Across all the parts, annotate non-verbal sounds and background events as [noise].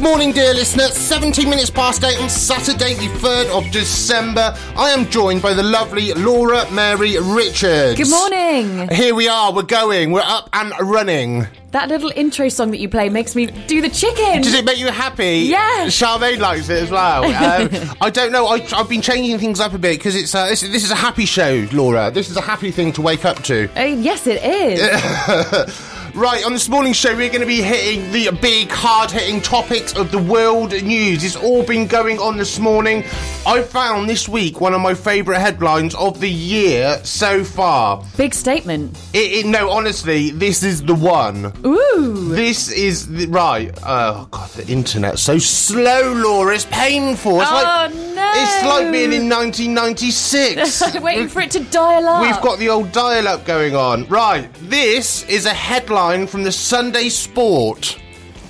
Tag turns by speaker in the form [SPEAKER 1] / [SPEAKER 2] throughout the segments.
[SPEAKER 1] morning, dear listener. 17 minutes past 8 on Saturday, the 3rd of December. I am joined by the lovely Laura Mary Richards.
[SPEAKER 2] Good morning.
[SPEAKER 1] Here we are, we're going, we're up and running.
[SPEAKER 2] That little intro song that you play makes me do the chicken.
[SPEAKER 1] Does it make you happy?
[SPEAKER 2] Yeah.
[SPEAKER 1] Charmaine likes it as
[SPEAKER 2] [laughs]
[SPEAKER 1] well. Um, I don't know. I, I've been changing things up a bit because it's uh, this, this is a happy show, Laura. This is a happy thing to wake up to.
[SPEAKER 2] Uh, yes, it is.
[SPEAKER 1] Right, on this morning's show, we're going to be hitting the big, hard hitting topics of the world news. It's all been going on this morning. I found this week one of my favourite headlines of the year so far.
[SPEAKER 2] Big statement.
[SPEAKER 1] It, it, no, honestly, this is the one.
[SPEAKER 2] Ooh.
[SPEAKER 1] This is the, right. Oh god, the internet's so slow, Laura. It's painful. It's
[SPEAKER 2] Oh,
[SPEAKER 1] like
[SPEAKER 2] no.
[SPEAKER 1] it's like being in
[SPEAKER 2] [laughs]
[SPEAKER 1] 1996.
[SPEAKER 2] Waiting for it to dial up.
[SPEAKER 1] We've got the old dial up going on. Right, this is a headline from the Sunday Sport.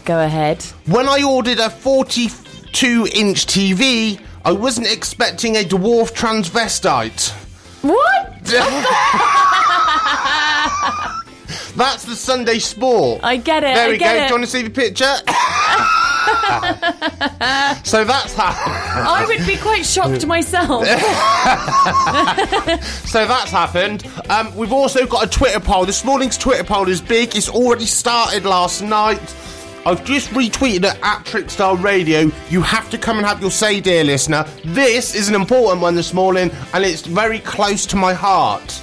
[SPEAKER 2] Go ahead.
[SPEAKER 1] When I ordered a 42 inch TV, I wasn't expecting a dwarf transvestite.
[SPEAKER 2] What?
[SPEAKER 1] That's the Sunday Sport.
[SPEAKER 2] I get it.
[SPEAKER 1] There
[SPEAKER 2] I
[SPEAKER 1] we go.
[SPEAKER 2] get
[SPEAKER 1] Do
[SPEAKER 2] it.
[SPEAKER 1] you want to see the
[SPEAKER 2] [laughs]
[SPEAKER 1] picture? [laughs] so that's ha-
[SPEAKER 2] I would be quite
[SPEAKER 1] [laughs]
[SPEAKER 2] shocked myself.
[SPEAKER 1] so that's happened. Um, we've also got a Twitter poll. This morning's Twitter poll is big. It's already started last night. I've just retweeted it at Trickstar Radio. You have to come and have your say, dear listener. This is an important one this morning, and it's very close to my heart.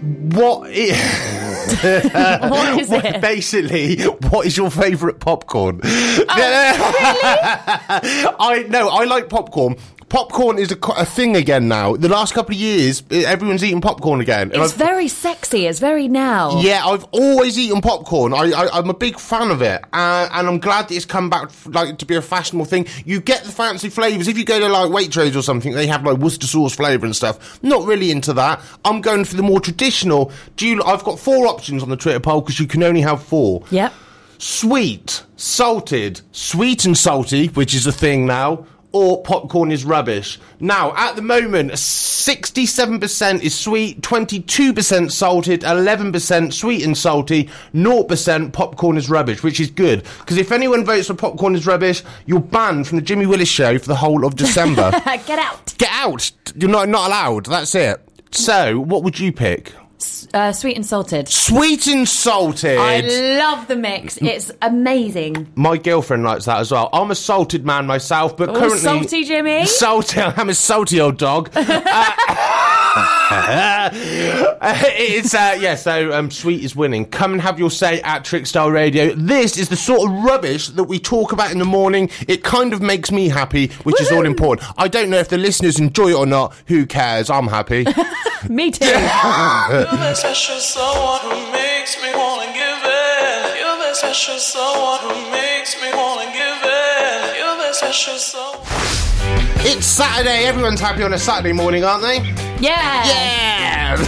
[SPEAKER 1] What? i- [laughs]
[SPEAKER 2] what is
[SPEAKER 1] Well,
[SPEAKER 2] it?
[SPEAKER 1] Basically, what is your favourite popcorn? [laughs] I no, I like popcorn. Popcorn is a, co- a thing again now. The last couple of years, eh, everyone's eating popcorn again. And
[SPEAKER 2] It's
[SPEAKER 1] I've-
[SPEAKER 2] very sexy. It's very now.
[SPEAKER 1] yeah, I've always eaten popcorn. I, I, I'm a big fan of it, uh, and I'm glad that it's come back f- like to be a fashionable thing. You get the fancy flavors if you go to like Waitrose or something. They have like Worcester sauce flavor and stuff. Not really into that. I'm going for the more traditional. Do you, I've got four options on the Twitter poll because you can only have four
[SPEAKER 2] Yep. [laughs]
[SPEAKER 1] sweet, salted, sweet and salty, which is a thing now, or popcorn is rubbish. Now, at the moment, 67% is sweet, 22% salted, 11% sweet and salty, 0% popcorn is rubbish, which is good. Because if anyone votes for popcorn is rubbish, you're banned from the Jimmy Willis show for the whole of December.
[SPEAKER 2] Get out.
[SPEAKER 1] Get out! You're not, not allowed. That's it. So, what would you pick?
[SPEAKER 2] Uh, sweet and salted.
[SPEAKER 1] Sweet and salted!
[SPEAKER 2] I love the mix. It's amazing.
[SPEAKER 1] My girlfriend likes that as well. I'm a salted man myself, but
[SPEAKER 2] Oh,
[SPEAKER 1] currently
[SPEAKER 2] salty Jimmy.
[SPEAKER 1] Salty, [laughs] I'm a salty old
[SPEAKER 2] [laughs]
[SPEAKER 1] dog. [laughs] Uh, it's uh, yeah. So um, sweet is winning. Come and have your say at Trickstar Radio. This is the sort of rubbish that we talk about in the morning. It kind of makes me happy, which is all
[SPEAKER 2] Woohoo.
[SPEAKER 1] important. I don't know if the listeners enjoy it or not. Who cares? I'm
[SPEAKER 2] [laughs]
[SPEAKER 1] happy.
[SPEAKER 2] Me too.
[SPEAKER 3] You're the special someone who makes me wanna give in. You're the special someone who makes me wanna give in. You're the special someone.
[SPEAKER 1] it's Saturday. Everyone's happy on a Saturday morning, aren't they?
[SPEAKER 2] Yeah.
[SPEAKER 1] Yeah. [laughs]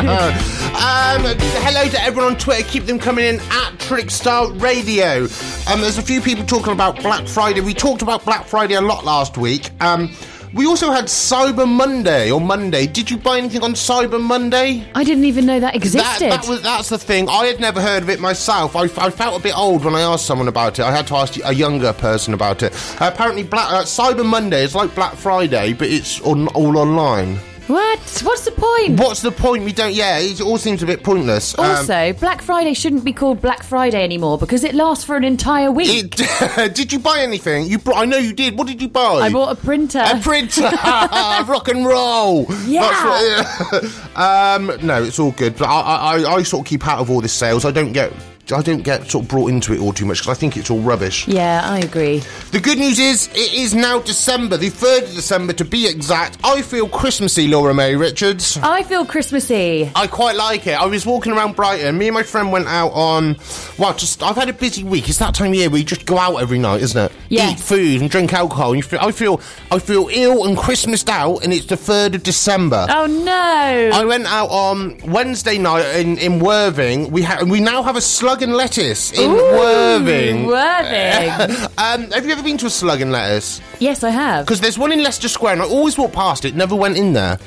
[SPEAKER 1] um, hello to everyone on Twitter. Keep them coming in at Trickstar Radio. Um, there's a few people talking about Black Friday. We talked about Black Friday a lot last week. Um, we also had Cyber Monday or Monday. Did you buy anything on Cyber Monday?
[SPEAKER 2] I didn't even know that
[SPEAKER 1] That,
[SPEAKER 2] existed.
[SPEAKER 1] that was that's the thing. I had never heard of it myself. I, I felt a bit old when I asked someone about it. I had to ask a younger person about it. Uh, apparently, Black uh, Cyber Monday is like Black Friday, but it's on, all online.
[SPEAKER 2] what? What's the point?
[SPEAKER 1] What's the point? We don't. Yeah, it all seems a bit pointless. Um,
[SPEAKER 2] Also, Black Friday shouldn't be called Black Friday anymore because it lasts for an entire week.
[SPEAKER 1] it, [laughs] did you buy anything? You, br- I know you did. What did you buy?
[SPEAKER 2] I bought a printer.
[SPEAKER 1] a
[SPEAKER 2] [laughs]
[SPEAKER 1] printer. [laughs] Rock and roll.
[SPEAKER 2] Yeah.
[SPEAKER 1] That's what, [laughs] um, no, it's all good. But I, I, I- I sort of keep out of all this sales. I don't get. I don't get sort of brought into it all too much because I think it's all rubbish.
[SPEAKER 2] yeah, I agree.
[SPEAKER 1] The good news is it is now December, the third of December to be exact. I feel Christmassy, Laura May Richards.
[SPEAKER 2] I feel Christmassy.
[SPEAKER 1] I quite like it. I was walking around Brighton. Me and my friend went out on. Well, just I've had a busy week. It's that time of year where you just go out every night, isn't it?
[SPEAKER 2] Yes.
[SPEAKER 1] Eat food and drink alcohol. And you feel, I feel I feel ill and Christmased out, and it's the third of December.
[SPEAKER 2] Oh no!
[SPEAKER 1] I went out on Wednesday night in, in Worthing. We ha- we now have a slug and lettuce in
[SPEAKER 2] Ooh,
[SPEAKER 1] Worthing.
[SPEAKER 2] Worthing.
[SPEAKER 1] [laughs] um, have you ever been to a slug and lettuce?
[SPEAKER 2] yes, I have.
[SPEAKER 1] Because there's one in Leicester Square, and I always walk past it. Never went in there.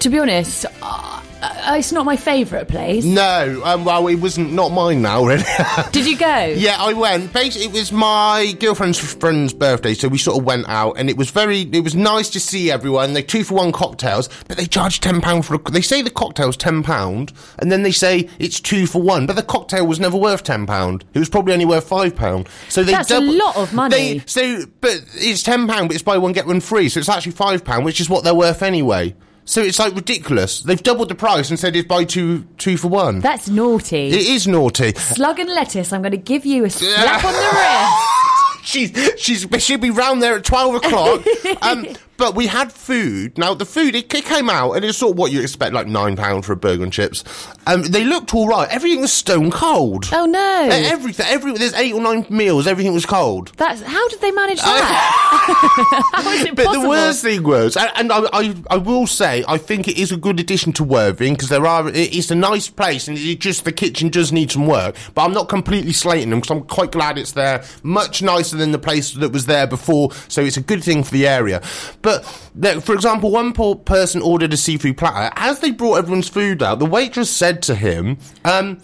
[SPEAKER 2] To be honest, uh, uh, it's not my favourite place.
[SPEAKER 1] No, um, well, it wasn't not mine now, really. [laughs]
[SPEAKER 2] Did you go?
[SPEAKER 1] yeah, I went. Basically, it was my girlfriend's friend's birthday, so we sort of went out, and it was very, it was nice to see everyone. They two for one cocktails, but they charge ten pound for. A, they say the cocktail's ten pound, and then they say it's two for one, but the cocktail was never worth ten pound. It was probably only worth five pound. So they
[SPEAKER 2] That's a
[SPEAKER 1] double-
[SPEAKER 2] lot of money.
[SPEAKER 1] They, so, but it's ten pound, but it's buy one get one free, so it's actually five pound, which is what they're worth anyway. So it's like ridiculous. They've doubled the price and said it's buy two two for one.
[SPEAKER 2] That's naughty.
[SPEAKER 1] It is naughty.
[SPEAKER 2] Slug and lettuce, I'm going to give you a slap on the wrist.
[SPEAKER 1] [laughs] She's she's she'll be round there at twelve
[SPEAKER 2] [laughs]
[SPEAKER 1] o'clock. um, but we had food. Now the food it, it came out and it's sort of what you expect, like nine pound for a burger and chips. Um, they looked all right. Everything was stone cold.
[SPEAKER 2] Oh no!
[SPEAKER 1] E- Everything, [laughs] every there's eight or nine meals. Everything was cold.
[SPEAKER 2] That's how did they manage that? [laughs] how is it
[SPEAKER 1] But
[SPEAKER 2] possible?
[SPEAKER 1] the worst thing was, and, and I, I, I will say, I think it is a good addition to Worthing because there are, it- it's a nice place, and it just the kitchen does need some work. But I'm not completely slating them because I'm quite glad it's there. Much nicer than the place that was there before, so it's a good thing for the area. But there, for example, one poor person ordered a seafood platter. As they brought everyone's food out, the waitress said to him, um,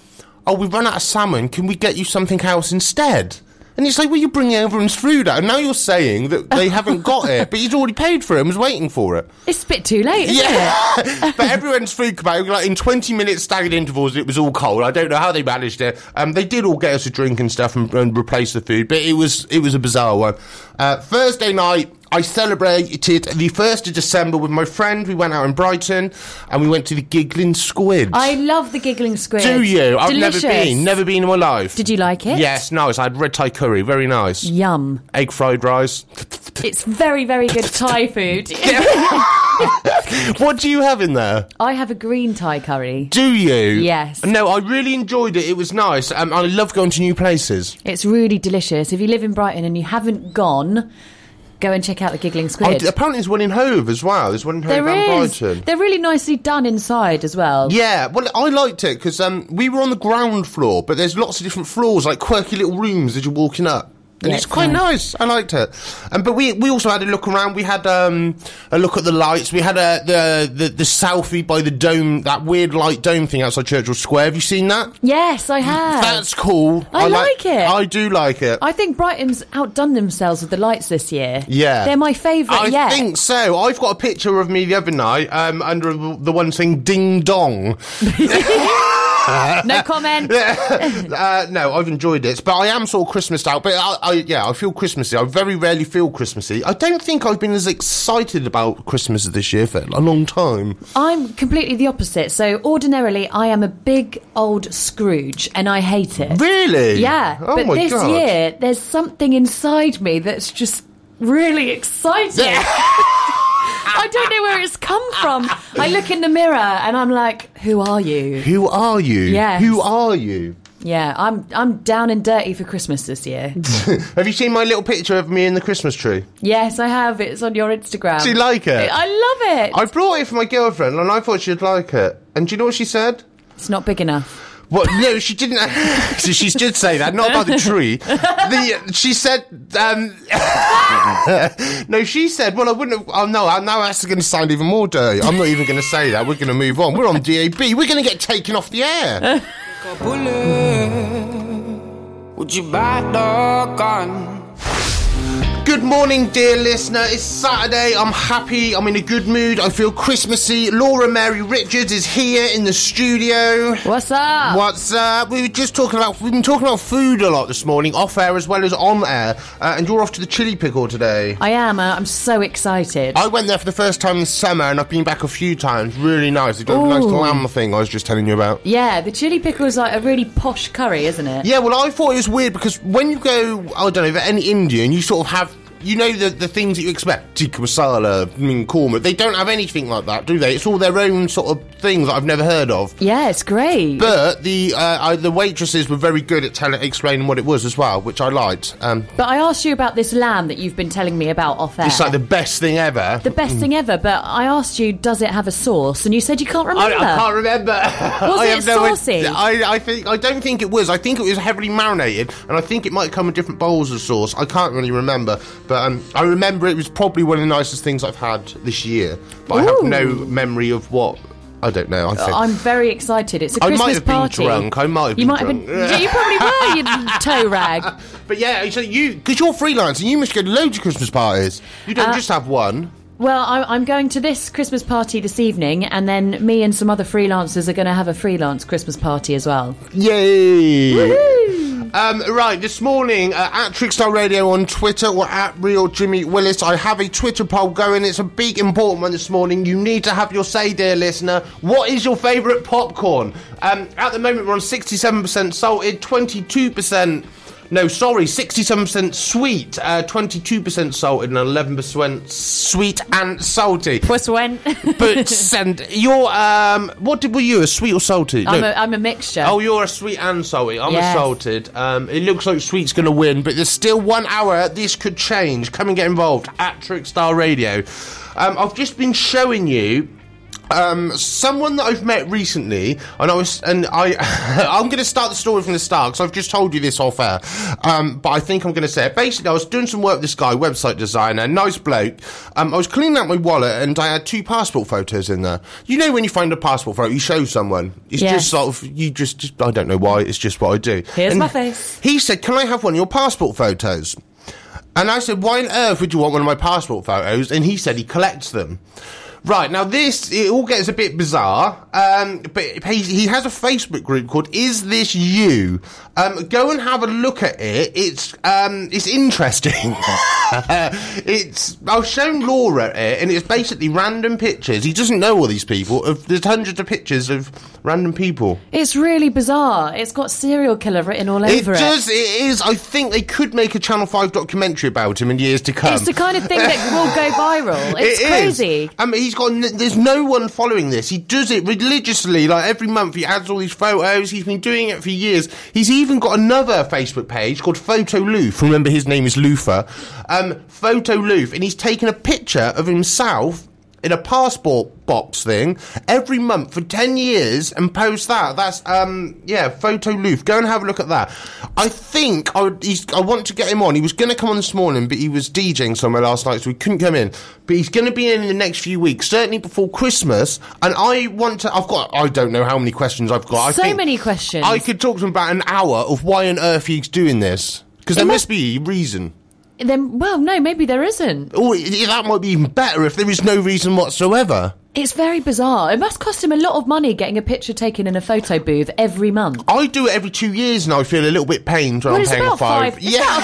[SPEAKER 1] "Oh, we've run out of salmon. Can we get you something else instead?" And it's like, well, you're bringing everyone's food out. And now you're saying that they haven't got it, but he's already paid for it and was waiting for it.
[SPEAKER 2] It's a bit too late, isn't
[SPEAKER 1] [laughs]
[SPEAKER 2] it?
[SPEAKER 1] but everyone's food came out. Like in 20 minute staggered intervals, it was all cold. I don't know how they managed it. Um, they did all get us a drink and stuff and, and replace the food, but it was, it was a bizarre one. Uh, Thursday night, I celebrated the 1st of December with my friend. We went out in Brighton and we went to the Giggling Squid.
[SPEAKER 2] I love the giggling squid.
[SPEAKER 1] Do you? I've
[SPEAKER 2] Delicious.
[SPEAKER 1] never been. Never been in my life.
[SPEAKER 2] Did you like it?
[SPEAKER 1] Yes, nice. I had red Thai curry. Very nice
[SPEAKER 2] Yum.
[SPEAKER 1] egg fried rice.
[SPEAKER 2] It's very,
[SPEAKER 1] [laughs]
[SPEAKER 2] very good Thai food.
[SPEAKER 1] What do you have in there?
[SPEAKER 2] I have a green Thai curry.
[SPEAKER 1] Do you?
[SPEAKER 2] Yes.
[SPEAKER 1] No, I really enjoyed it. It was nice. Um, I love going to new places.
[SPEAKER 2] It's really delicious. If you live in Brighton and you haven't gone, go and check out the giggling
[SPEAKER 1] Oh,
[SPEAKER 2] squid.
[SPEAKER 1] d- apparently, there's one in Hove as well. There's one in Hove
[SPEAKER 2] there
[SPEAKER 1] and
[SPEAKER 2] is.
[SPEAKER 1] Brighton.
[SPEAKER 2] They're really nicely done inside as well.
[SPEAKER 1] yeah, well, I liked it because um, we were on the ground floor, but there's lots of different floors, like quirky little rooms as you're walking up. And
[SPEAKER 2] Yeah,
[SPEAKER 1] it's
[SPEAKER 2] it's
[SPEAKER 1] quite nice.
[SPEAKER 2] nice.
[SPEAKER 1] I liked it. Um, but we we also had a look around. We had um, a look at the lights. We had a, the, the the selfie by the dome, that weird light dome thing outside Churchill Square. Have you seen that?
[SPEAKER 2] Yes, I have.
[SPEAKER 1] Mm, That's cool.
[SPEAKER 2] I
[SPEAKER 1] li-
[SPEAKER 2] like it.
[SPEAKER 1] I do like it.
[SPEAKER 2] I think Brighton's outdone themselves with the lights this year.
[SPEAKER 1] yeah,
[SPEAKER 2] They're my favourite
[SPEAKER 1] I
[SPEAKER 2] yet.
[SPEAKER 1] think so. I've got a picture of me the other night um, under the one thing "ding
[SPEAKER 2] [laughs]
[SPEAKER 1] dong."
[SPEAKER 2] No
[SPEAKER 1] [laughs]
[SPEAKER 2] comment.
[SPEAKER 1] uh, no, I've enjoyed it, but I am sort of Christmased out. But I, I, yeah, I feel Christmassy. I very rarely feel Christmassy. I don't think I've been as excited about Christmas this year for a long time.
[SPEAKER 2] I'm completely the opposite. So ordinarily, I am a big old Scrooge, and I hate it.
[SPEAKER 1] Really?
[SPEAKER 2] Yeah,
[SPEAKER 1] Oh
[SPEAKER 2] but
[SPEAKER 1] my
[SPEAKER 2] this
[SPEAKER 1] God.
[SPEAKER 2] year, there's something inside me that's just really
[SPEAKER 1] [laughs]
[SPEAKER 2] exciting. I don't know where it's come from. I look in the mirror and I'm like, "Who are you?"
[SPEAKER 1] Who are you?
[SPEAKER 2] Yes.
[SPEAKER 1] Who are you?
[SPEAKER 2] Yeah, I'm I'm down and dirty for Christmas
[SPEAKER 1] [laughs]
[SPEAKER 2] this year.
[SPEAKER 1] Have you seen my little picture of me in the Christmas tree?
[SPEAKER 2] yes, I have. It's on your Instagram.
[SPEAKER 1] Do you like it?
[SPEAKER 2] I love it.
[SPEAKER 1] I brought it for my girlfriend, and I thought she'd like it. And do you know what she said?
[SPEAKER 2] it's not big enough.
[SPEAKER 1] Well, no, she didn't. [laughs] so she did say that, not about the tree. The, she said, um, [laughs] no, she said, well, I wouldn't have. Oh, no, I- now that's going to sound even more dirty. I'm not even going to say that. We're going to move on. We're on DAB. We're going to get taken off the [laughs] air.
[SPEAKER 4] Bullet. Would you buy the gun?
[SPEAKER 1] Good morning, dear listener. It's Saturday. I'm happy. I'm in a good mood. I feel Christmassy. Laura Mary Richards is here in the studio.
[SPEAKER 2] What's up?
[SPEAKER 1] What's up? We were just talking about we've been talking about food a lot this morning, off air as well as on air. Uh, and you're off to the chili pickle today.
[SPEAKER 2] I am. Uh, I'm so excited.
[SPEAKER 1] I went there for the first time this summer, and I've been back a few times. Really nice. They've got a nice
[SPEAKER 2] Ooh.
[SPEAKER 1] lamb thing I was just telling you about.
[SPEAKER 2] yeah, the chili pickle is like a really posh curry, isn't it?
[SPEAKER 1] Yeah, well, I thought it was weird because when you go, I don't know, any Indian, you sort of have. You know the, the things that you expect, tikka masala, I mean, korma. They don't have anything like that, do they? It's all their own sort of thing that I've never heard of.
[SPEAKER 2] Yeah, it's great.
[SPEAKER 1] But the uh, uh, the waitresses were very good at telling explaining what it was as well, which I liked. Um,
[SPEAKER 2] But I asked you about this lamb that you've been telling me about off air.
[SPEAKER 1] It's like the best thing ever.
[SPEAKER 2] the best thing ever, but I asked you, does it have a sauce? And you said you can't
[SPEAKER 1] I,
[SPEAKER 2] remember.
[SPEAKER 1] I can't remember. Was [laughs] I
[SPEAKER 2] it
[SPEAKER 1] have no idea.
[SPEAKER 2] saucy?
[SPEAKER 1] I, I think I don't think it was. I think it was heavily marinated, and I think it might come in different bowls of sauce. I can't really remember, but um, I remember it was probably one of the nicest things I've had this year. But I have no memory of what I don't know. I think.
[SPEAKER 2] Uh, I'm very excited. It's a
[SPEAKER 1] I
[SPEAKER 2] Christmas
[SPEAKER 1] might have been
[SPEAKER 2] party.
[SPEAKER 1] drunk. I might have been
[SPEAKER 2] you might have been.
[SPEAKER 1] drunk.
[SPEAKER 2] Yeah,
[SPEAKER 1] [laughs]
[SPEAKER 2] you probably were. You toe rag.
[SPEAKER 1] but yeah, so you because you're freelance and you must go to loads of Christmas parties. You
[SPEAKER 2] Uh,
[SPEAKER 1] don't just have one.
[SPEAKER 2] Well, I'm, I'm going to this Christmas party this evening, and then me and some other freelancers are going to have a freelance Christmas party as well.
[SPEAKER 1] Yay! Um, right, this morning uh, at Trickstar Radio on Twitter or at Real Jimmy Willis, I have a Twitter poll going. It's a big important one this morning. You need to have your say, dear listener. What is your favourite popcorn? Um, at the moment, we're on 67% salted, 22%. No, sorry, 67% sweet, uh, 22% salted, and 11% sweet and
[SPEAKER 2] [laughs]
[SPEAKER 1] salty.
[SPEAKER 2] What's when?
[SPEAKER 1] But send your um, what did were you a sweet or salty?
[SPEAKER 2] [laughs] I'm,
[SPEAKER 1] No.
[SPEAKER 2] a, I'm a mixture.
[SPEAKER 1] Oh, you're a sweet and salty. I'm
[SPEAKER 2] Yes.
[SPEAKER 1] a salted. Um, it looks like sweet's going to win, but there's still one hour. This could change. Come and get involved at Trickstar Radio. Um, I've just been showing you. Um, someone that I've met recently, and I was, and I, [laughs] I'm going to start the story from the start because I've just told you this off air, um, but I think I'm going to say it. Basically, I was doing some work with this guy, website designer, nice bloke. Um, I was cleaning out my wallet, and I had two passport photos in there. You know, when you find a passport photo, you show someone. It's
[SPEAKER 2] Yes.
[SPEAKER 1] just sort of you just, just I don't know why. It's just what I do.
[SPEAKER 2] Here's my face.
[SPEAKER 1] He said, "Can I have one of your passport photos?" And I said, "Why on earth would you want one of my passport photos?" And he said he collects them. Right now, this it all gets a bit bizarre. Um, but he, he has a Facebook group called "Is This You?" Um, go and have a look at it. It's um, it's interesting. [laughs] it's I was showing Laura it, and it's basically random pictures. He doesn't know all these people. Of there's hundreds of pictures of random people.
[SPEAKER 2] It's really bizarre. It's got serial killer written all over it.
[SPEAKER 1] It does. It is. I think they could make a Channel Five documentary about him in years to come.
[SPEAKER 2] It's the kind of thing that will
[SPEAKER 1] [laughs]
[SPEAKER 2] go viral. It's
[SPEAKER 1] It is.
[SPEAKER 2] crazy.
[SPEAKER 1] I mean, he's got. n- There's no one following this. He does it religiously. Like every month, he adds all these photos. He's been doing it for years. He's even got another Facebook page called Photo Loof. Remember, his name is Loofa. Um, Photo Loof, and he's taken a picture of himself in a passport box thing every month for 10 years and post that that's um yeah photo loof go and have a look at that i think i would, he's, i want to get him on he was going to come on this morning but he was djing somewhere last night so he couldn't come in but he's going to be in in the next few weeks certainly before christmas and i want to i've got i don't know how many questions i've got
[SPEAKER 2] So
[SPEAKER 1] I think
[SPEAKER 2] many questions.
[SPEAKER 1] i could talk to him about an hour of why on earth he's doing this because there must be a reason
[SPEAKER 2] Then, well, no, maybe there isn't.
[SPEAKER 1] or that might be even better if there is no reason whatsoever
[SPEAKER 2] It's very bizarre. It must cost him a lot of money getting a picture taken in a photo booth every month.
[SPEAKER 1] I do it every two years and I feel a little bit pained when
[SPEAKER 2] Well,
[SPEAKER 1] I'm
[SPEAKER 2] it's
[SPEAKER 1] paying
[SPEAKER 2] about
[SPEAKER 1] a five.
[SPEAKER 2] five- it's about a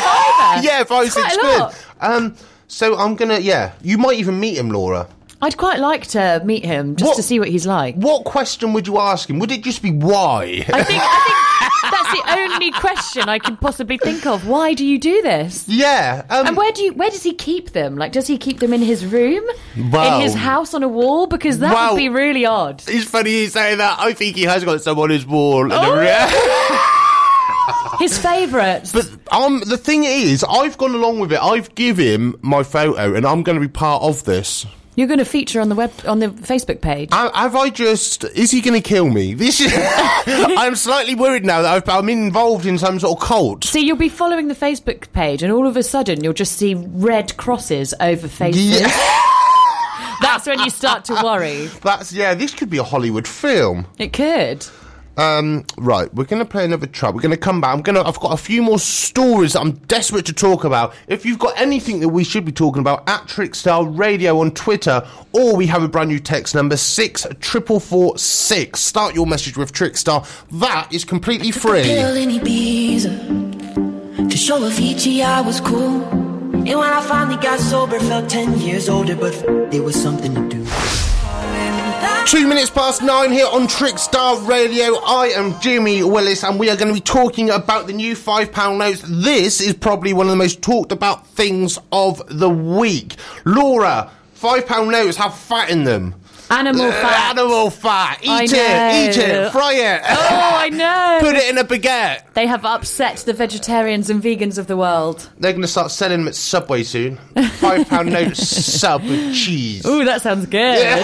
[SPEAKER 1] [laughs]
[SPEAKER 2] fiver.
[SPEAKER 1] yeah, five,
[SPEAKER 2] It's
[SPEAKER 1] six
[SPEAKER 2] quite a
[SPEAKER 1] quid.
[SPEAKER 2] lot.
[SPEAKER 1] Um, so I'm gonna, yeah, you might even meet him, Laura.
[SPEAKER 2] I'd quite like to meet him just
[SPEAKER 1] What-
[SPEAKER 2] to see what he's like.
[SPEAKER 1] What question would you ask him? Would it just be why? [laughs]
[SPEAKER 2] I think, I think that's the only question I can possibly think of. Why do you do this?
[SPEAKER 1] yeah. Um,
[SPEAKER 2] And where do you, where does he keep them? Like, does he keep them in his room,
[SPEAKER 1] Well-
[SPEAKER 2] in his house on a wall? Because that
[SPEAKER 1] Well-
[SPEAKER 2] would be really odd.
[SPEAKER 1] it's funny you say that. I think he has got some on his wall. and
[SPEAKER 2] Oh.
[SPEAKER 1] everything. [laughs]
[SPEAKER 2] His favourites.
[SPEAKER 1] But um, the thing is, I've gone along with it. I've give him my photo, and I'm going to be part of this.
[SPEAKER 2] You're going to feature on the web on the Facebook page.
[SPEAKER 1] I, have I just? Is he going to kill me? This
[SPEAKER 2] [laughs]
[SPEAKER 1] is. [laughs] I'm slightly worried now that I've, I'm involved in some sort of cult.
[SPEAKER 2] See, you'll be following the Facebook page, and all of a sudden, you'll just see red crosses over faces. That's when you start to worry.
[SPEAKER 1] That's yeah. This could be a Hollywood film.
[SPEAKER 2] It could.
[SPEAKER 1] Um, right, we're gonna play another track. We're gonna come back. I'm gonna. I've got a few more stories that I'm desperate to talk about. If you've got anything that we should be talking about, at Trickstar Radio on Twitter, or we have a brand new text number six triple four six. Start your message with Trickstar. That is completely free.
[SPEAKER 5] Girl in Ibiza To show Avicii I was cool And when I finally got sober Felt 10 years older But f- there was something to do
[SPEAKER 1] Two minutes past nine here on Trickstar Radio. I am Jimmy Willis, and we are going to be talking about the new £5 notes. This is probably one of the most talked about things of the week. Laura, £5 notes have fat in them. Uh,
[SPEAKER 2] Animal fat.
[SPEAKER 1] Animal fat. Eat
[SPEAKER 2] I
[SPEAKER 1] it,
[SPEAKER 2] know.
[SPEAKER 1] eat it, fry it,
[SPEAKER 2] Oh, I know.
[SPEAKER 1] [laughs] put it in a baguette.
[SPEAKER 2] They have upset the vegetarians and vegans of the world.
[SPEAKER 1] They're going to start selling them at Subway soon.
[SPEAKER 2] [laughs]
[SPEAKER 1] £5 notes, sub with cheese.
[SPEAKER 2] Ooh, that sounds good.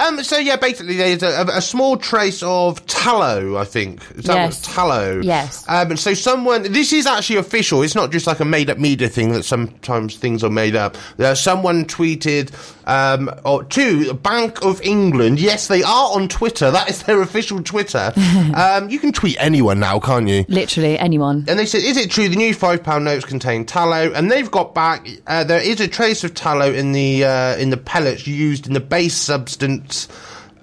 [SPEAKER 1] [laughs] um, so yeah, basically there's a, a small trace of tallow, I think. Is that
[SPEAKER 2] Yes.
[SPEAKER 1] what- tallow.
[SPEAKER 2] Yes.
[SPEAKER 1] Um, so someone, this is actually official. It's not just like a made-up media thing that sometimes things are made up. Uh, someone tweeted Um, or two, the Bank of England. Yes, they are on Twitter. That is their official
[SPEAKER 2] [laughs]
[SPEAKER 1] Twitter. um, you can tweet anyone now, can't you?
[SPEAKER 2] Literally anyone.
[SPEAKER 1] And they said, "Is it true the new five pound notes contain tallow?" And they've got back uh, there is a trace of tallow in the uh, in the pellets used in the base substance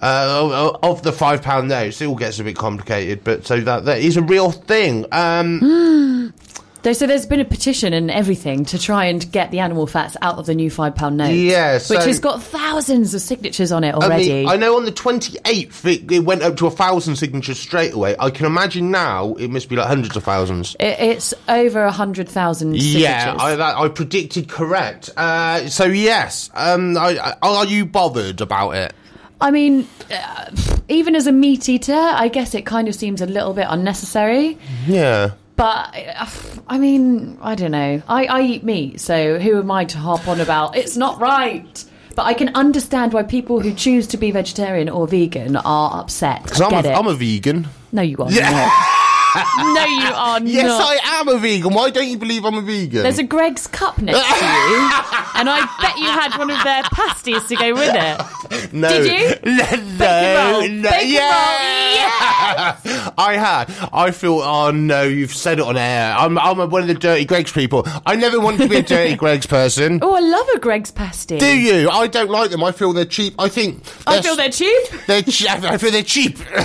[SPEAKER 1] uh, of- of the five pound notes. It all gets a bit complicated, but so that that is a real thing. Um,
[SPEAKER 2] Hmm. Though, so there's been a petition and everything to try and get the animal fats out of the new five pound note.
[SPEAKER 1] Yeah, so-
[SPEAKER 2] which has got thousands of signatures on it
[SPEAKER 1] I
[SPEAKER 2] already.
[SPEAKER 1] mean, I know on the 28th it, it went up to a thousand signatures straight away. I can imagine now it must be like hundreds of thousands.
[SPEAKER 2] It- it's over a hundred thousand.
[SPEAKER 1] Yeah, I,
[SPEAKER 2] signatures.
[SPEAKER 1] that, I predicted correct. Uh, so yes, um, I, I, are you bothered about it?
[SPEAKER 2] I mean, uh, even as a meat eater, I guess it kind of seems a little bit unnecessary.
[SPEAKER 1] Yeah.
[SPEAKER 2] But uh, I mean, I don't know. I, I eat meat, so who am I to harp on about? It's not right. But I can understand why people who choose to be vegetarian or vegan are upset. I
[SPEAKER 1] Because I'm,
[SPEAKER 2] get
[SPEAKER 1] a-
[SPEAKER 2] it.
[SPEAKER 1] I'm a vegan.
[SPEAKER 2] no, you are
[SPEAKER 1] Yeah. [laughs]
[SPEAKER 2] not. No, you are
[SPEAKER 1] Yes,
[SPEAKER 2] not.
[SPEAKER 1] I am a vegan. Why don't you believe I'm a vegan?
[SPEAKER 2] There's a Greg's cup next to you,
[SPEAKER 1] [laughs]
[SPEAKER 2] and I bet you had one of their pasties to go with it.
[SPEAKER 1] no.
[SPEAKER 2] did you?
[SPEAKER 1] [laughs] no,
[SPEAKER 2] roll.
[SPEAKER 1] no,
[SPEAKER 2] Bacon
[SPEAKER 1] yeah. I had. I feel. Oh no, you've said it on air. I'm. I'm a- one of the dirty Greg's people. I never wanted to be a
[SPEAKER 2] [laughs]
[SPEAKER 1] dirty Greg's person.
[SPEAKER 2] Oh, I love a Greg's pasty.
[SPEAKER 1] Do you? I don't like them. I feel they're cheap. I think.
[SPEAKER 2] I
[SPEAKER 1] they're
[SPEAKER 2] feel
[SPEAKER 1] s-
[SPEAKER 2] they're cheap.
[SPEAKER 1] They're che- I feel they're cheap. [laughs]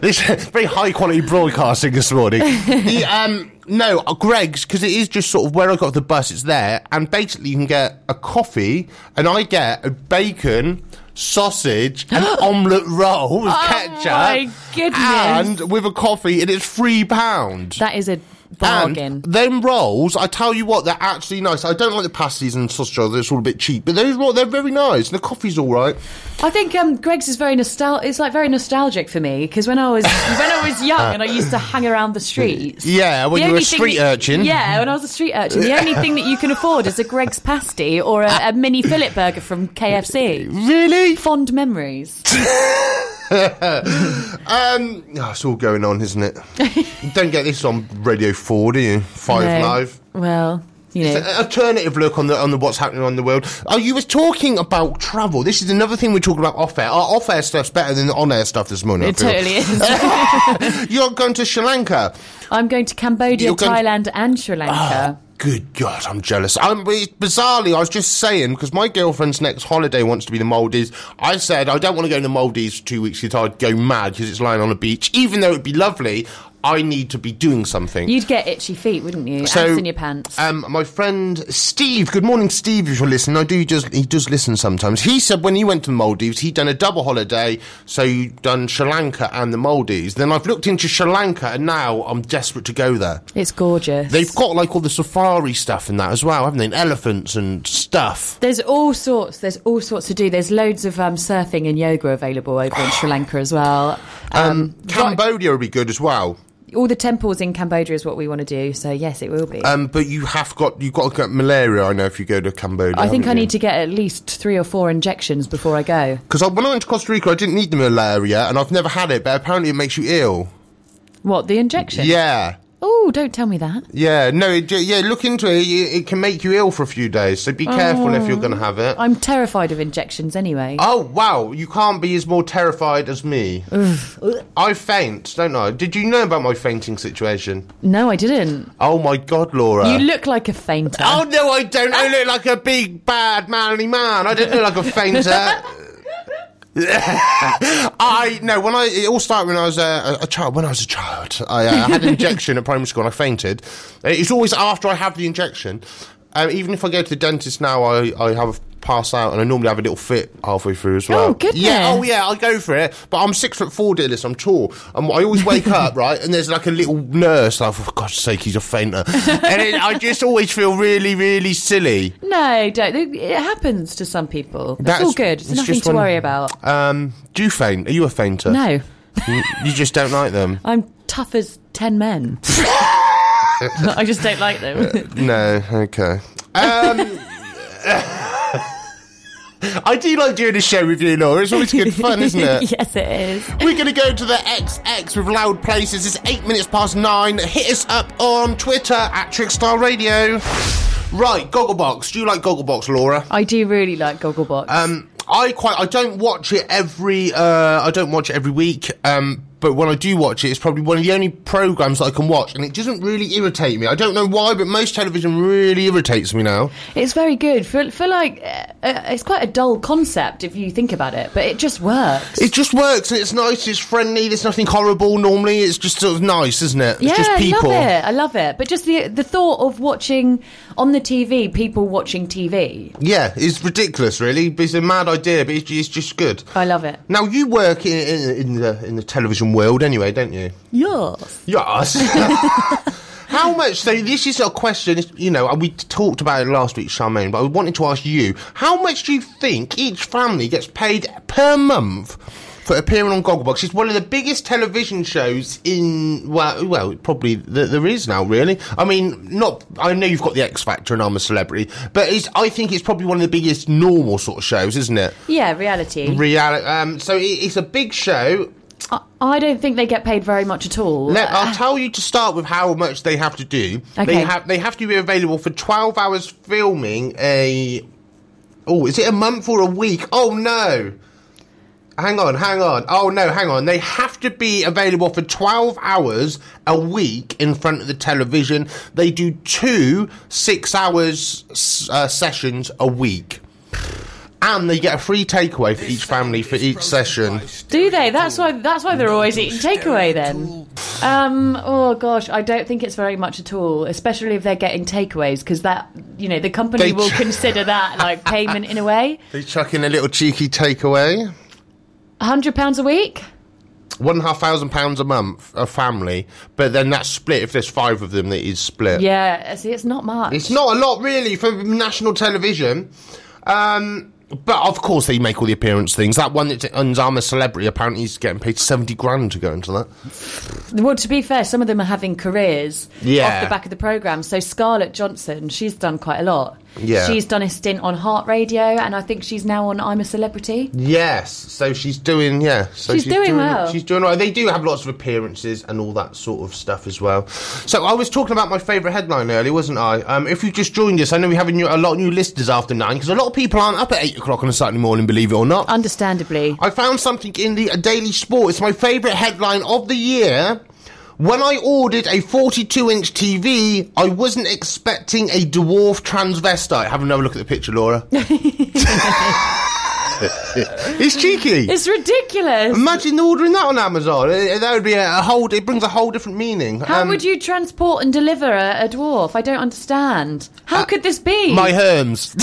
[SPEAKER 1] this very high quality broadcasting this morning. The, um, no, uh, Greg's because it is just sort of where I got the bus. It's there, and basically you can get a coffee, and I get a bacon. Sausage [gasps] and omelette roll with
[SPEAKER 2] Oh
[SPEAKER 1] ketchup,
[SPEAKER 2] my goodness.
[SPEAKER 1] and with a coffee, and it's three pound.
[SPEAKER 2] That is a
[SPEAKER 1] And
[SPEAKER 2] bargain.
[SPEAKER 1] them rolls, I tell you what, they're actually nice. I don't like the pasties and sausage rolls; it's all a bit cheap. But those rolls, they're very nice. And the coffee's all right.
[SPEAKER 2] I think um, Greg's is very nostal. It's like very nostalgic for me because when I was [laughs] when I was young and I used to hang around the streets.
[SPEAKER 1] Yeah, when
[SPEAKER 2] the
[SPEAKER 1] you were
[SPEAKER 2] only
[SPEAKER 1] a
[SPEAKER 2] thing
[SPEAKER 1] street
[SPEAKER 2] that-
[SPEAKER 1] urchin.
[SPEAKER 2] Yeah, when I was a street urchin, the only thing that you can afford is a Greg's pasty or a, a mini fillet burger from KFC.
[SPEAKER 1] Really?
[SPEAKER 2] Fond memories.
[SPEAKER 1] Um, oh, it's all going on, isn't
[SPEAKER 2] [laughs]
[SPEAKER 1] it? You Don't get this on Radio Four, do you? Five
[SPEAKER 2] No.
[SPEAKER 1] Live.
[SPEAKER 2] Well, you
[SPEAKER 1] It's
[SPEAKER 2] know.
[SPEAKER 1] an alternative look on the on the what's happening on the world. Oh, you was talking about travel. This is another thing we're talking about off air. Our off air stuff's better than the on air stuff this morning.
[SPEAKER 2] It
[SPEAKER 1] I feel.
[SPEAKER 2] totally is. [laughs]
[SPEAKER 1] You're going to Sri Lanka.
[SPEAKER 2] I'm going to Cambodia,
[SPEAKER 1] You're Ah. going-
[SPEAKER 2] Thailand, and Sri Lanka.
[SPEAKER 1] Good God, I'm jealous. I'm, bizarrely, I was just saying, because my girlfriend's next holiday wants to be the Maldives. I said, I don't want to go to the Maldives for two weeks because I'd go mad because it's lying on a beach. Even though it'd be lovely, I need to be doing something.
[SPEAKER 2] You'd get itchy feet, wouldn't you?
[SPEAKER 1] So,
[SPEAKER 2] Ants in your pants.
[SPEAKER 1] Um, my friend Steve, good morning, Steve. If you're listening, I do just he does listen sometimes. He said when he went to the Maldives, he'd done a double holiday, so you done Sri Lanka and the Maldives. Then I've looked into Sri Lanka, and now I'm desperate to go there.
[SPEAKER 2] it's gorgeous.
[SPEAKER 1] They've got like all the safari stuff in that as well, haven't they? And elephants and stuff.
[SPEAKER 2] There's all sorts. There's all sorts to do. There's loads of um, surfing and yoga available over in Sri Lanka as well. Um,
[SPEAKER 1] Cambodia would be good as well.
[SPEAKER 2] all the temples in Cambodia is what we want to do. So yes, it will be.
[SPEAKER 1] Um, but you have got you've got to get malaria. I know if you go to Cambodia.
[SPEAKER 2] I think I need to get at least three or four injections before I go.
[SPEAKER 1] because when I went to Costa Rica, I didn't need the malaria, and I've never had it. But apparently, it makes you ill.
[SPEAKER 2] What the injection?
[SPEAKER 1] Yeah.
[SPEAKER 2] Oh, don't tell me that.
[SPEAKER 1] Yeah, no, it, yeah. Look into it. it. It can make you ill for a few days, so be careful if you're going
[SPEAKER 2] Oh.
[SPEAKER 1] to have it.
[SPEAKER 2] I'm terrified of injections anyway.
[SPEAKER 1] oh wow, you can't be as more terrified as me. I faint, don't I? Did you know about my fainting situation?
[SPEAKER 2] no, I didn't.
[SPEAKER 1] Oh my god, Laura.
[SPEAKER 2] you look like a fainter.
[SPEAKER 1] Oh no, I don't.
[SPEAKER 2] Ah.
[SPEAKER 1] I look like a big bad manly man. I don't look like a fainter.
[SPEAKER 2] [laughs]
[SPEAKER 1] I no. When I it all started when I was a, a, a child. When I was a child, I uh, had
[SPEAKER 2] [laughs]
[SPEAKER 1] an injection at primary school and I fainted. It's always after I have the injection. Um, even if I go to the dentist now, I, I have a pass out and I normally have a little fit halfway through as well.
[SPEAKER 2] Oh, goodness.
[SPEAKER 1] Yeah. Oh yeah. I go for it, but I'm six foot four, dear. This I'm tall, and I always wake
[SPEAKER 2] [laughs]
[SPEAKER 1] up right, and there's like a little nurse. Like, for God's sake, he's a fainter, and it, I just always feel really, really silly.
[SPEAKER 2] No, don't. It happens to some people. It's
[SPEAKER 1] That's-
[SPEAKER 2] all good. It's
[SPEAKER 1] it's
[SPEAKER 2] nothing
[SPEAKER 1] just
[SPEAKER 2] to
[SPEAKER 1] one-
[SPEAKER 2] worry about.
[SPEAKER 1] Um, do you faint? Are you a fainter?
[SPEAKER 2] No,
[SPEAKER 1] You, you just don't like
[SPEAKER 2] [laughs]
[SPEAKER 1] them.
[SPEAKER 2] I'm tough as
[SPEAKER 1] [laughs]
[SPEAKER 2] ten men. [laughs] I just don't like
[SPEAKER 1] Uh,
[SPEAKER 2] them.
[SPEAKER 1] No, okay. Um, [laughs] I do like doing a show with you, Laura. It's always good fun, isn't it?
[SPEAKER 2] [laughs] yes, it is.
[SPEAKER 1] We're going to go to the XX with Loud Places. It's eight minutes past nine. Hit us up on Twitter at Trickstar Radio. Right, Gogglebox. Do you like Gogglebox, Laura?
[SPEAKER 2] I do really like Gogglebox.
[SPEAKER 1] Um, I quite I don't watch it every uh, I don't watch it every week. Um, but when I do watch it, it's probably one of the only programs that I can watch, and it doesn't really irritate me. I don't know why, but most television really irritates me now.
[SPEAKER 2] it's very good for for like uh, uh, it's quite a dull concept if you think about it, but it just works.
[SPEAKER 1] It just works, and it's nice. It's friendly. There's nothing horrible normally. It's just sort of nice, isn't it? It's
[SPEAKER 2] yeah,
[SPEAKER 1] just people.
[SPEAKER 2] I love it. I love it. But just the the thought of watching on the TV, people watching TV.
[SPEAKER 1] Yeah, it's ridiculous, really. But it's a mad idea, but it's, it's just good.
[SPEAKER 2] I love it.
[SPEAKER 1] Now you work in, in, in the in the television world, anyway, don't you?
[SPEAKER 2] Yes.
[SPEAKER 1] Yes. How much? So this is a question. it's- You know, we talked about it last week, Charmaine, but I wanted to ask you: How much do you think each family gets paid per month for appearing on Gogglebox? It's one of the biggest television shows in well, well, probably that there is now. Really, I mean, not. I know you've got the X Factor, and I'm a celebrity, but it's. I think it's probably one of the biggest normal sort of shows, isn't it?
[SPEAKER 2] Yeah, reality.
[SPEAKER 1] Reality. Um, so it, it's a big show.
[SPEAKER 2] I, I don't think they get paid very much at all.
[SPEAKER 1] Let, I'll tell you to start with how much they have to do. They
[SPEAKER 2] Okay.
[SPEAKER 1] have they have to be available for twelve hours filming a. Oh, is it a month or a week? Oh no. Hang on, hang on. Oh no, hang on. They have to be available for 12 hours a week in front of the television. They do two six hours s- uh, sessions a week. And they get a free takeaway for each family for each session.
[SPEAKER 2] Do they? That's why. That's why they're always eating takeaway then. Um. Oh gosh, I don't think it's very much at all, especially if they're getting takeaways, because that you know the company
[SPEAKER 1] They
[SPEAKER 2] will
[SPEAKER 1] ch-
[SPEAKER 2] consider
[SPEAKER 1] [laughs]
[SPEAKER 2] that like payment in a way.
[SPEAKER 1] They chuck in a little cheeky takeaway.
[SPEAKER 2] hundred pounds a week.
[SPEAKER 1] one and a half thousand pounds a month a family, but then that's split if there's five of them that is split.
[SPEAKER 2] Yeah. See, it's not much.
[SPEAKER 1] It's not a lot really for national television. Um but of course they make all the appearance things. That one that's owns I'm a celebrity apparently he's getting paid seventy grand to go into that.
[SPEAKER 2] Well, to be fair, some of them are having careers
[SPEAKER 1] Yeah.
[SPEAKER 2] off the back of the program. So Scarlett Johnson, she's done quite a lot.
[SPEAKER 1] Yeah.
[SPEAKER 2] She's done a stint on Heart Radio, and I think she's now on I'm a Celebrity.
[SPEAKER 1] Yes. So she's doing yeah. So
[SPEAKER 2] She's doing well.
[SPEAKER 1] She's doing all right. They do have lots of appearances and all that sort of stuff as well. So I was talking about my favourite headline earlier, wasn't I? Um, if you just joined us, I know we have a, new, a lot of new listeners after nine because a lot of people aren't up at eight o'clock on a Saturday morning, believe it or not.
[SPEAKER 2] Understandably.
[SPEAKER 1] I found something in the Daily Sport. It's my favourite headline of the year. When I ordered a 42 inch TV, I wasn't expecting a dwarf transvestite. Have another look at the picture, Laura. [laughs]
[SPEAKER 2] [laughs]
[SPEAKER 1] it's cheeky.
[SPEAKER 2] It's ridiculous.
[SPEAKER 1] Imagine ordering that on Amazon. Eh, That would be a, a whole. It brings a whole different meaning.
[SPEAKER 2] How
[SPEAKER 1] Um,
[SPEAKER 2] would you transport and deliver a, a dwarf? I don't understand. How could this be?
[SPEAKER 1] Uh, My Herms. [laughs]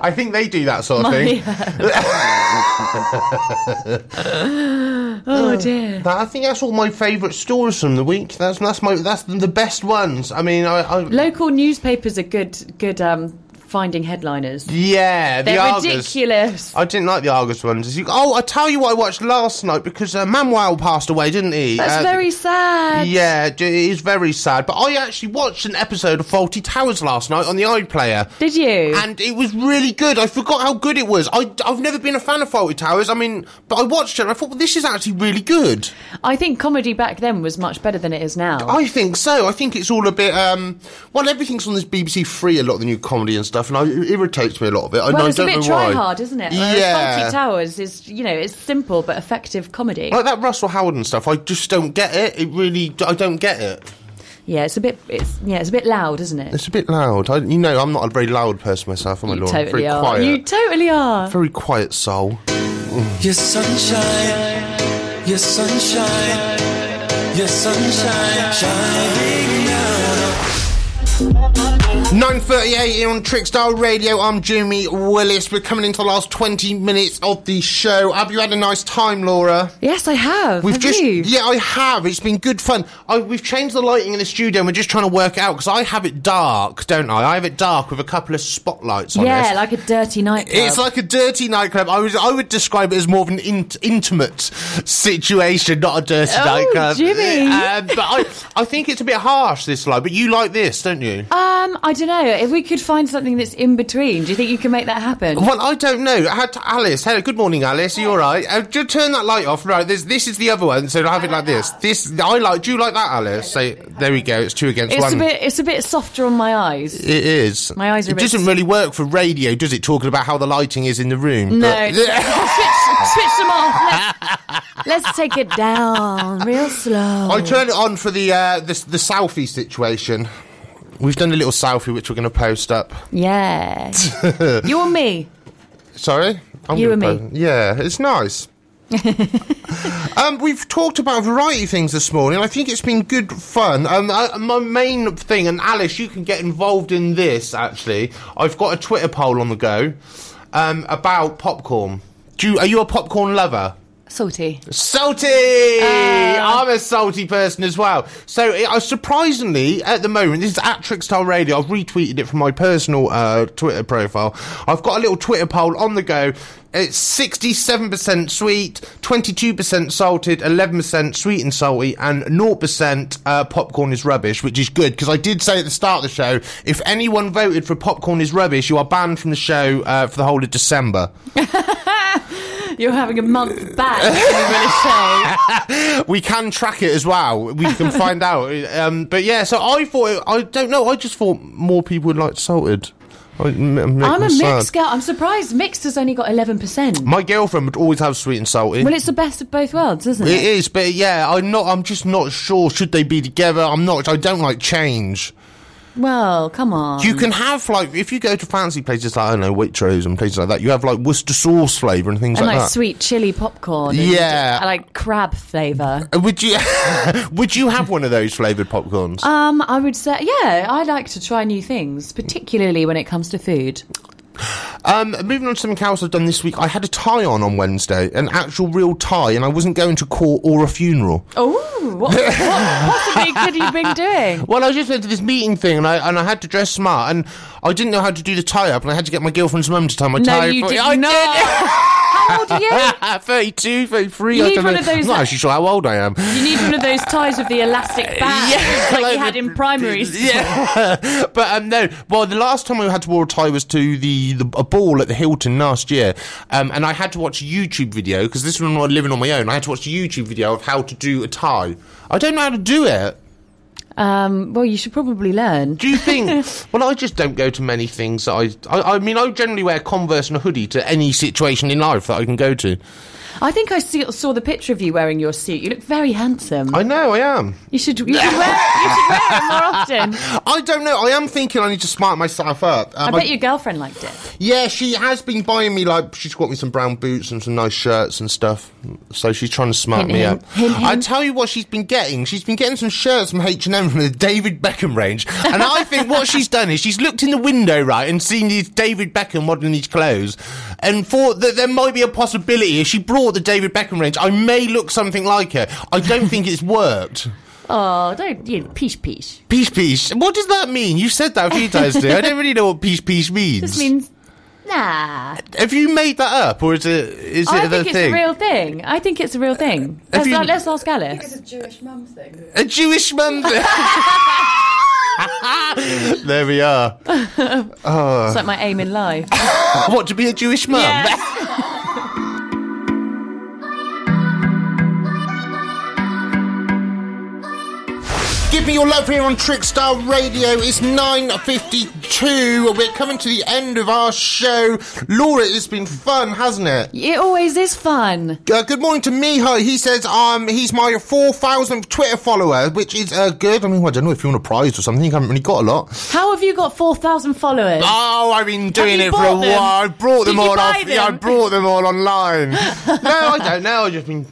[SPEAKER 1] I think they do that sort of
[SPEAKER 2] [laughs] My-
[SPEAKER 1] thing.
[SPEAKER 2] [laughs] oh dear.
[SPEAKER 1] That- I think that's all my favourite stories from the week. That's that's my that's the best ones. I mean, I, I
[SPEAKER 2] Local newspapers are good. Good um, finding headliners.
[SPEAKER 1] Yeah, the
[SPEAKER 2] They're
[SPEAKER 1] Argus.
[SPEAKER 2] ridiculous.
[SPEAKER 1] I didn't like the Argus ones. As you- oh, I tell you what I watched last night because uh, Manuel passed away, didn't he?
[SPEAKER 2] That's
[SPEAKER 1] Uh,
[SPEAKER 2] very sad.
[SPEAKER 1] Yeah, d- it is very sad. But I actually watched an episode of Faulty Towers last night on the iPlayer.
[SPEAKER 2] Did you?
[SPEAKER 1] And it was really good. I forgot how good it was. I, have never been a fan of Faulty Towers. I mean, but I watched it and I thought, well, this is actually really good.
[SPEAKER 2] I think comedy back then was much better than it is now.
[SPEAKER 1] I think so. I think it's all a bit, um, well, everything's on this BBC Three, a lot of the new comedy and stuff, and I, it irritates me a lot of it. and
[SPEAKER 2] Well,
[SPEAKER 1] I
[SPEAKER 2] it's a
[SPEAKER 1] don't
[SPEAKER 2] bit
[SPEAKER 1] know why.
[SPEAKER 2] try hard, isn't it? Whereas
[SPEAKER 1] Yeah.
[SPEAKER 2] Faulty Towers is, you know, it's simple but effective comedy.
[SPEAKER 1] Like that Russell Howard and stuff, I just don't get it. It really, I don't get it.
[SPEAKER 2] Yeah, it's a bit, it's yeah, it's a bit loud, isn't it?
[SPEAKER 1] It's a bit loud. I, you know, I'm not a very loud person myself. I'm a
[SPEAKER 2] you
[SPEAKER 1] Laura.
[SPEAKER 2] totally
[SPEAKER 1] very
[SPEAKER 2] are.
[SPEAKER 1] quiet.
[SPEAKER 2] You totally are.
[SPEAKER 1] very quiet soul.
[SPEAKER 6] Your sunshine, your sunshine, your sunshine, shining now.
[SPEAKER 1] 9.38 here on Trickstar Radio. I'm Jimmy Willis. We're coming into the last 20 minutes of the show. Have you had a nice time, Laura?
[SPEAKER 2] Yes, I have.
[SPEAKER 1] We've
[SPEAKER 2] have
[SPEAKER 1] just
[SPEAKER 2] you?
[SPEAKER 1] yeah, I have. It's been good fun. I, we've changed the lighting in the studio, and we're just trying to work it out because I have it dark, don't I? I have it dark with a couple of spotlights on
[SPEAKER 2] Yeah,
[SPEAKER 1] it.
[SPEAKER 2] like a dirty nightclub.
[SPEAKER 1] It's like a dirty nightclub. I would I would describe it as more of an int intimate situation, not a dirty
[SPEAKER 2] Oh,
[SPEAKER 1] nightclub.
[SPEAKER 2] Jimmy.
[SPEAKER 1] Um, but I I think it's a bit harsh this line. But you like this, don't don't you?
[SPEAKER 2] Um, I don't know. If we could find something that's in between, do you think you can make that happen?
[SPEAKER 1] Well, I don't know. How t- Alice, hello. Good morning, Alice. Are you all right? Uh, just turn that light off. Right, this this is the other one. So have it like this. This I like. Do you like that, Alice? So there we go. It's two against
[SPEAKER 2] It's
[SPEAKER 1] one. Uh,
[SPEAKER 2] a bit. It's a bit softer on my eyes.
[SPEAKER 1] it is.
[SPEAKER 2] My eyes are a
[SPEAKER 1] It
[SPEAKER 2] bit-
[SPEAKER 1] doesn't really work for radio, does it? Talking about how the lighting is in the room.
[SPEAKER 2] No,
[SPEAKER 1] But- [laughs]
[SPEAKER 2] switch, switch them off. Let's, let's take it down real slow.
[SPEAKER 1] I turn it on for the uh, the the selfie situation. We've done a little selfie which we're going to post up. [laughs]
[SPEAKER 2] Yeah, you and me.
[SPEAKER 1] Sorry, I'm
[SPEAKER 2] You
[SPEAKER 1] gonna
[SPEAKER 2] and
[SPEAKER 1] post- Yeah, it's
[SPEAKER 2] [laughs]
[SPEAKER 1] nice. um, we've talked about a variety of things this morning. I think it's been good fun. Um, I, my main thing, and Alice, you can get involved in this. Actually, I've got a Twitter poll on the go um, about popcorn. Do you, are you a popcorn lover?
[SPEAKER 2] Salty.
[SPEAKER 1] Salty! I'm a salty person as well. So, it, uh, surprisingly, at the moment, this is at Trickstyle Radio. I've retweeted it from my personal uh, Twitter profile. I've got a little Twitter poll on the go. It's 67% sweet, 22% salted, 11% sweet and salty, and 0% uh, popcorn is rubbish, which is good because I did say at the start of the show if anyone voted for popcorn is rubbish, you are banned from the show uh, for the whole of December.
[SPEAKER 2] You're having a month back.
[SPEAKER 1] [laughs]
[SPEAKER 2] I'm gonna
[SPEAKER 1] we can track it as well. We
[SPEAKER 2] [laughs]
[SPEAKER 1] can find out. Um, but yeah, so I thought it, I don't know. I just thought more people would like salted. I, m- make
[SPEAKER 2] I'm a
[SPEAKER 1] them sad.
[SPEAKER 2] mixed girl. I'm surprised mixed has only got 11. percent
[SPEAKER 1] My girlfriend would always have sweet and salty.
[SPEAKER 2] Well, it's the best of both worlds, isn't
[SPEAKER 1] it
[SPEAKER 2] it?
[SPEAKER 1] is, but yeah, I'm not. I'm just not sure. Should they be together? I'm not. I don't like change.
[SPEAKER 2] Well, come on.
[SPEAKER 1] You can have like if you go to fancy places like I don't know Waitrose and places like that. You have like Worcester sauce flavour and things
[SPEAKER 2] and
[SPEAKER 1] like
[SPEAKER 2] like
[SPEAKER 1] that.
[SPEAKER 2] sweet chili popcorn. and-
[SPEAKER 1] Yeah.
[SPEAKER 2] and, like crab flavour.
[SPEAKER 1] Uh, Would you [laughs] would you have one of those flavoured popcorns?
[SPEAKER 2] Um, I would say, yeah, I like to try new things, particularly when it comes to food.
[SPEAKER 1] Um, moving on to something else I've done this week, I had a tie on on Wednesday, an actual real tie, and I wasn't going to court or a funeral.
[SPEAKER 2] Oh, what, what possibly could you
[SPEAKER 1] [laughs]
[SPEAKER 2] been doing?
[SPEAKER 1] Well, I just went to this meeting thing, and I and I had to dress smart, and I didn't know how to do the tie up, and I had to get my girlfriend's mum to tie my
[SPEAKER 2] No,
[SPEAKER 1] tie.
[SPEAKER 2] you
[SPEAKER 1] for-
[SPEAKER 2] did
[SPEAKER 1] I
[SPEAKER 2] not.
[SPEAKER 1] [laughs]
[SPEAKER 2] How old are you?
[SPEAKER 1] did. 32, 33.
[SPEAKER 2] You
[SPEAKER 1] I
[SPEAKER 2] need
[SPEAKER 1] don't
[SPEAKER 2] one
[SPEAKER 1] know.
[SPEAKER 2] of those uh,
[SPEAKER 1] I'm not
[SPEAKER 2] that-
[SPEAKER 1] actually sure how old I am.
[SPEAKER 2] You need one of those ties with the elastic band, [laughs] like, you
[SPEAKER 1] like
[SPEAKER 2] had
[SPEAKER 1] the-
[SPEAKER 2] in primary school.
[SPEAKER 1] Yeah, [laughs] but um, no. Well, the last time I had to wear a tie was to the, the a ball at the Hilton last year, um, and I had to watch a YouTube video because this one I'm living on my own. I had to watch a YouTube video of how to do a tie. I don't know how to do it.
[SPEAKER 2] Um, well, you should probably learn.
[SPEAKER 1] Do you
[SPEAKER 2] [laughs]
[SPEAKER 1] think? well, I just don't go to many things. That I, I, I mean, I generally wear Converse and a hoodie to any situation in life that I can go to.
[SPEAKER 2] I think I see, saw the picture of you wearing your suit. You look very handsome.
[SPEAKER 1] I know I am.
[SPEAKER 2] you should you should wear it, you should wear it more often.
[SPEAKER 1] [laughs] I don't know. I am thinking I need to smart myself up.
[SPEAKER 2] I
[SPEAKER 1] Um,
[SPEAKER 2] bet your girlfriend liked it.
[SPEAKER 1] Yeah, she has been buying me like she's got me some brown boots and some nice shirts and stuff. So she's trying to smart
[SPEAKER 2] Hint,
[SPEAKER 1] me
[SPEAKER 2] hint.
[SPEAKER 1] up.
[SPEAKER 2] Hint,
[SPEAKER 1] I
[SPEAKER 2] hint.
[SPEAKER 1] tell you what she's been getting. She's been getting some shirts from H and M from the David Beckham range, and I think what she's done is she's looked in the window right and seen these David Beckham modelling these clothes, and thought that there might be a possibility if she brought the David Beckham range, I may look something like her. I don't think it's worked.
[SPEAKER 2] Oh, don't you peach peach.
[SPEAKER 1] Peace, peace. What does that mean? You said that a few times today. I don't really know what peace, peace means.
[SPEAKER 2] This means nah.
[SPEAKER 1] Have you made that up, or is it is
[SPEAKER 2] I
[SPEAKER 1] it the
[SPEAKER 2] think it's
[SPEAKER 1] thing?
[SPEAKER 2] a real thing. I think it's a real thing. Let's,
[SPEAKER 1] you-
[SPEAKER 2] let's ask Alice.
[SPEAKER 1] a Jewish
[SPEAKER 2] [laughs]
[SPEAKER 1] man. [laughs] there we are. Uh.
[SPEAKER 2] It's like my aim
[SPEAKER 1] [laughs]
[SPEAKER 2] in life.
[SPEAKER 1] What to be a Jewish man?
[SPEAKER 2] Yeah.
[SPEAKER 1] Give me your love here on Trickstar Radio. It's 9.52. We're coming to the end of our show. Laura, it's been fun, hasn't it?
[SPEAKER 2] It always is fun.
[SPEAKER 1] Uh, good morning to Miho. He says um he's my 4,000th Twitter follower, which is uh, good. I mean, I don't know if you want a prize or something. You haven't really got a lot.
[SPEAKER 2] How have you got 4,000 followers?
[SPEAKER 1] Oh, I've been doing
[SPEAKER 2] you
[SPEAKER 1] it for a
[SPEAKER 2] bought them?
[SPEAKER 1] while. I brought them
[SPEAKER 2] Did you
[SPEAKER 1] all
[SPEAKER 2] buy
[SPEAKER 1] off. Yeah, I
[SPEAKER 2] them?
[SPEAKER 1] brought them all
[SPEAKER 2] [laughs]
[SPEAKER 1] online. no, I don't know. I've just been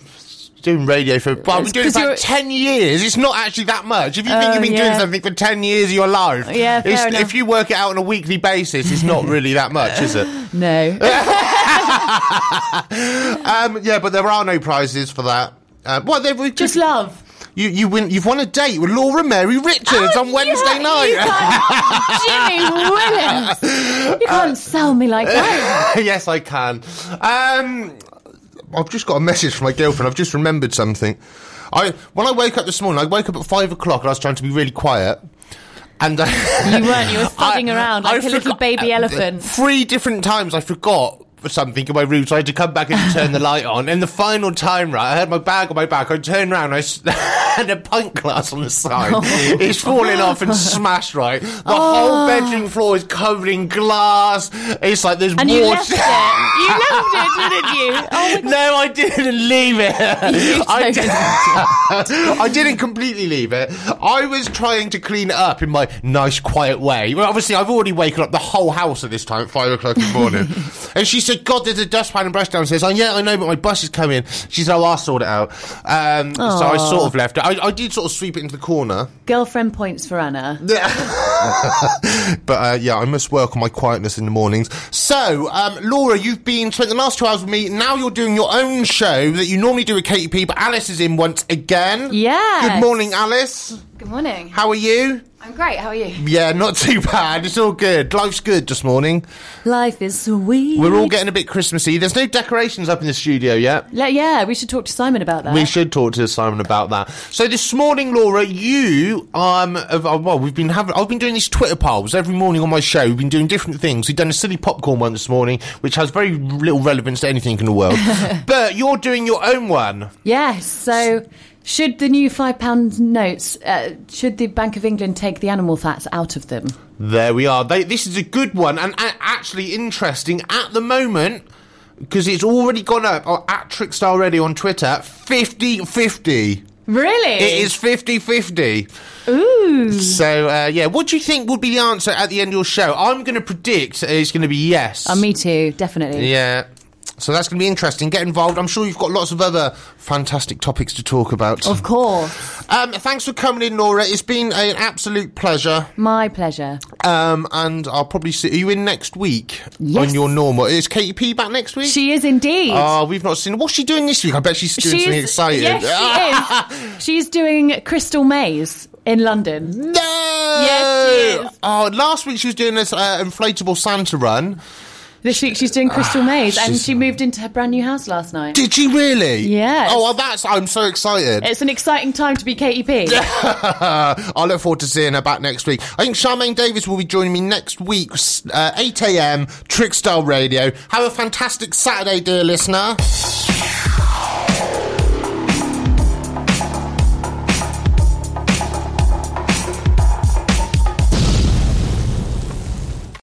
[SPEAKER 1] doing radio for. But I've been
[SPEAKER 2] It's
[SPEAKER 1] doing it
[SPEAKER 2] 'cause
[SPEAKER 1] for
[SPEAKER 2] you're-
[SPEAKER 1] about ten years. It's not actually that much. If you think
[SPEAKER 2] Oh,
[SPEAKER 1] you've been doing
[SPEAKER 2] yeah.
[SPEAKER 1] something for ten years of your life,
[SPEAKER 2] Yeah, fair
[SPEAKER 1] it's-
[SPEAKER 2] enough.
[SPEAKER 1] if you work it out on a weekly basis, it's
[SPEAKER 2] [laughs]
[SPEAKER 1] not really that much, is it?
[SPEAKER 2] No.
[SPEAKER 1] [laughs] Um, yeah, but there are no prizes for that. Uh, well, they, we
[SPEAKER 2] Just love.
[SPEAKER 1] you, you win. You've won a date with Laura Mary Richards
[SPEAKER 2] Oh,
[SPEAKER 1] on Wednesday
[SPEAKER 2] yeah,
[SPEAKER 1] night.
[SPEAKER 2] you
[SPEAKER 1] [laughs]
[SPEAKER 2] can't- Jimmy Willis. You
[SPEAKER 1] Uh.
[SPEAKER 2] can't sell me like
[SPEAKER 1] [laughs]
[SPEAKER 2] that.
[SPEAKER 1] yes, I can. Um, I've just got a message from my girlfriend. I've just remembered something. I when I woke up this morning, I woke up at five o'clock and I was trying to be really quiet. And uh, [laughs] I,
[SPEAKER 2] You weren't. You were thudding around like a
[SPEAKER 1] forgot-
[SPEAKER 2] little
[SPEAKER 1] [laughs]
[SPEAKER 2] baby elephant.
[SPEAKER 1] Three different times I forgot something in my room, so I had to come back and turn the light on. And the final time, right, I had my bag on my back. I turned around, I s- [laughs] had a pint glass on the side.
[SPEAKER 2] Oh,
[SPEAKER 1] It's falling off and smashed. Right, the
[SPEAKER 2] Ah.
[SPEAKER 1] whole bedroom floor is covered in glass. It's like there's
[SPEAKER 2] And
[SPEAKER 1] water.
[SPEAKER 2] you left it.
[SPEAKER 1] [laughs]
[SPEAKER 2] You left it, didn't you? Oh my
[SPEAKER 1] No, I didn't leave it. [laughs] I, di- [laughs] I didn't completely leave it. I was trying to clean it up in my nice, quiet way. Well, obviously, I've already waken up the whole house at this time, at five o'clock in the
[SPEAKER 2] [laughs]
[SPEAKER 1] morning. and she said, "God, there's a dustpan and brush downstairs." I yeah, I know, but my bus is coming. She said, "Oh, I'll sort it out." Um, so I sort of left it. I, I did sort of sweep it into the corner,
[SPEAKER 2] Girlfriend points for Anna.
[SPEAKER 1] [laughs] but uh, yeah, I must work on my quietness in the mornings. So, um, Laura, you've been spent the last two hours with me. Now you're doing your own show that you normally do with Katie P, but Alice is in once again.
[SPEAKER 2] Yes.
[SPEAKER 1] Good morning, Alice.
[SPEAKER 7] Good morning.
[SPEAKER 1] How are you?
[SPEAKER 7] I'm great. How are you?
[SPEAKER 1] Yeah, not [laughs] too bad. It's all good. Life's good this morning.
[SPEAKER 2] Life is sweet.
[SPEAKER 1] We're all getting a bit Christmassy. There's no decorations up in the studio yet.
[SPEAKER 2] Le- yeah, we should talk to Simon about that.
[SPEAKER 1] We should talk to Simon about that. So this morning, Laura, you um, have- uh, well, we've been having, I've been doing these Twitter polls every morning on my show. We've been doing different things. We've done a silly popcorn one this morning, which has very little relevance to anything in the [laughs] world. but you're doing your own one.
[SPEAKER 2] Yes. So, should the new five pound notes? Uh, should the Bank of England take the animal fats out of them?
[SPEAKER 1] There we are. They, this is a good one and a- actually interesting at the moment. Because it's already gone up oh, at Trickstar Radio on Twitter 50 50.
[SPEAKER 2] Really?
[SPEAKER 1] It is 50 50. Ooh.
[SPEAKER 2] Mm.
[SPEAKER 1] So, uh, yeah, what do you think would be the answer at the end of your show? I'm going to predict it's going to be yes.
[SPEAKER 2] Oh, me too. Definitely.
[SPEAKER 1] Yeah. So that's going to be interesting. Get involved. I'm sure you've got lots of other fantastic topics to talk about.
[SPEAKER 2] Of course.
[SPEAKER 1] Um, thanks for coming in, Laura. It's been an absolute pleasure.
[SPEAKER 2] My pleasure.
[SPEAKER 1] Um, and I'll probably see. Are you in next week
[SPEAKER 2] Yes.
[SPEAKER 1] on your normal? Is Katie P back next week?
[SPEAKER 2] She is indeed.
[SPEAKER 1] Oh, we've not seen. What's she doing this week? I bet she's doing something exciting. Ah, [laughs]
[SPEAKER 2] Yes, she is. She's doing Crystal Maze in London.
[SPEAKER 1] No.
[SPEAKER 2] Yes, she is.
[SPEAKER 1] Oh, last week she was doing this uh, inflatable Santa run.
[SPEAKER 2] This week she's doing Crystal Maze, and
[SPEAKER 1] Ah, she's-
[SPEAKER 2] she moved into her brand new house last night.
[SPEAKER 1] Did she really?
[SPEAKER 2] Yes.
[SPEAKER 1] Oh, well, that's. I'm so excited. Uh,
[SPEAKER 2] It's an exciting time to be Katie P.
[SPEAKER 1] I look forward to seeing her back next week. I think Charmaine Davis will be joining me next week, s- uh, 8 a.m. Trickstar Radio. Have a fantastic Saturday, dear listener.